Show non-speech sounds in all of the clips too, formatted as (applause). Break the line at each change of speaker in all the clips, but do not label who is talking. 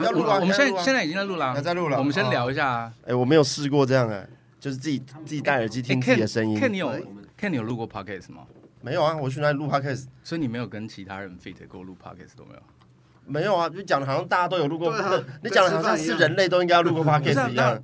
要录啊！
我们
要
现
录啊
在现在已经在录了啊，
要在录了
我们先
哦
聊一下啊。
哎、我没有试过这样哎、就是自己自己戴耳机听自己的声音。
看你有看你有录过 podcast 吗？
没有啊？我去哪里录 podcast？
所以你没有跟其他人 fit 过录 podcast 都没有？
没有啊，就讲的好像大家都有录过，
对啊
不是你
跟
讲的
吃
好像
饭一
是
样
人类都应该要录过 podcast 一样。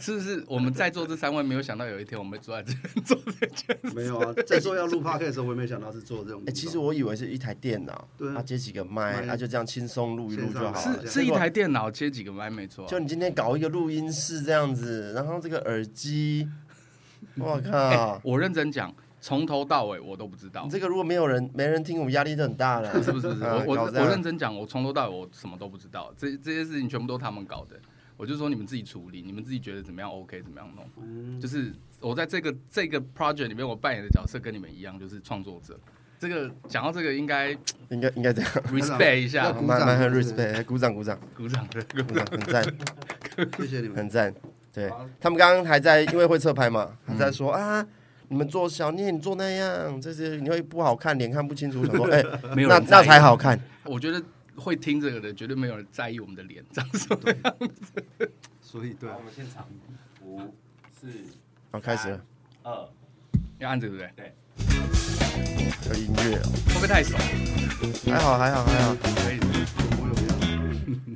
是不是我们在座这三位没有想到有一天我们会坐在这边做这件事？
没有啊，在说要录 p o d 的时候，我也没想到是做这种工
哎、
作。
其实我以为是一台电脑，
对啊
啊，接几个麦，
麦
啊，就这样轻松录一录
线
就 (laughs)
上
好
好
了。
是
的
是一
结果
台电脑接几个麦没错啊、
就你今天搞一个录音室这样子，然后这个耳机，我
哎、
靠！
我认真讲，从头到尾我都不知道
你。这个如果没有人没人听，我们压力就很大了。
不是不是不是，
啊
我我
搞这
我
样
认真讲，我从头到尾我什么都不知道，这这些事情全部都他们搞的。我就说你们自己处理，你们自己觉得怎么样 OK 怎么样弄。
嗯
就是我在这个这个 project 里面，我扮演的角色跟你们一样，就是创作者。这个讲到这个，应 (laughs) 该
应该应该这样，
respect 一
要
下，
鼓掌
蛮蛮很
对不
respect，鼓掌鼓掌，
鼓掌的。
鼓掌很赞。
谢谢你们。
很赞。对他们刚刚还在，因为会侧拍嘛，还
嗯
在说、啊，你们做小聂，你做那样，这些你会不好看，脸看不清楚。我想
(laughs)
说，哎、
没有
那
人在
那
意啊
才好看。
我觉得会听这个的，绝对没有人在意我们的脸，这样子。 (laughs)
所以对啊
好，我们现场五四
好，开始了，
二，
要按这个对不
有音乐、哦，
对？会不会太爽？
还好，还好，还好。
可以。
我有没有？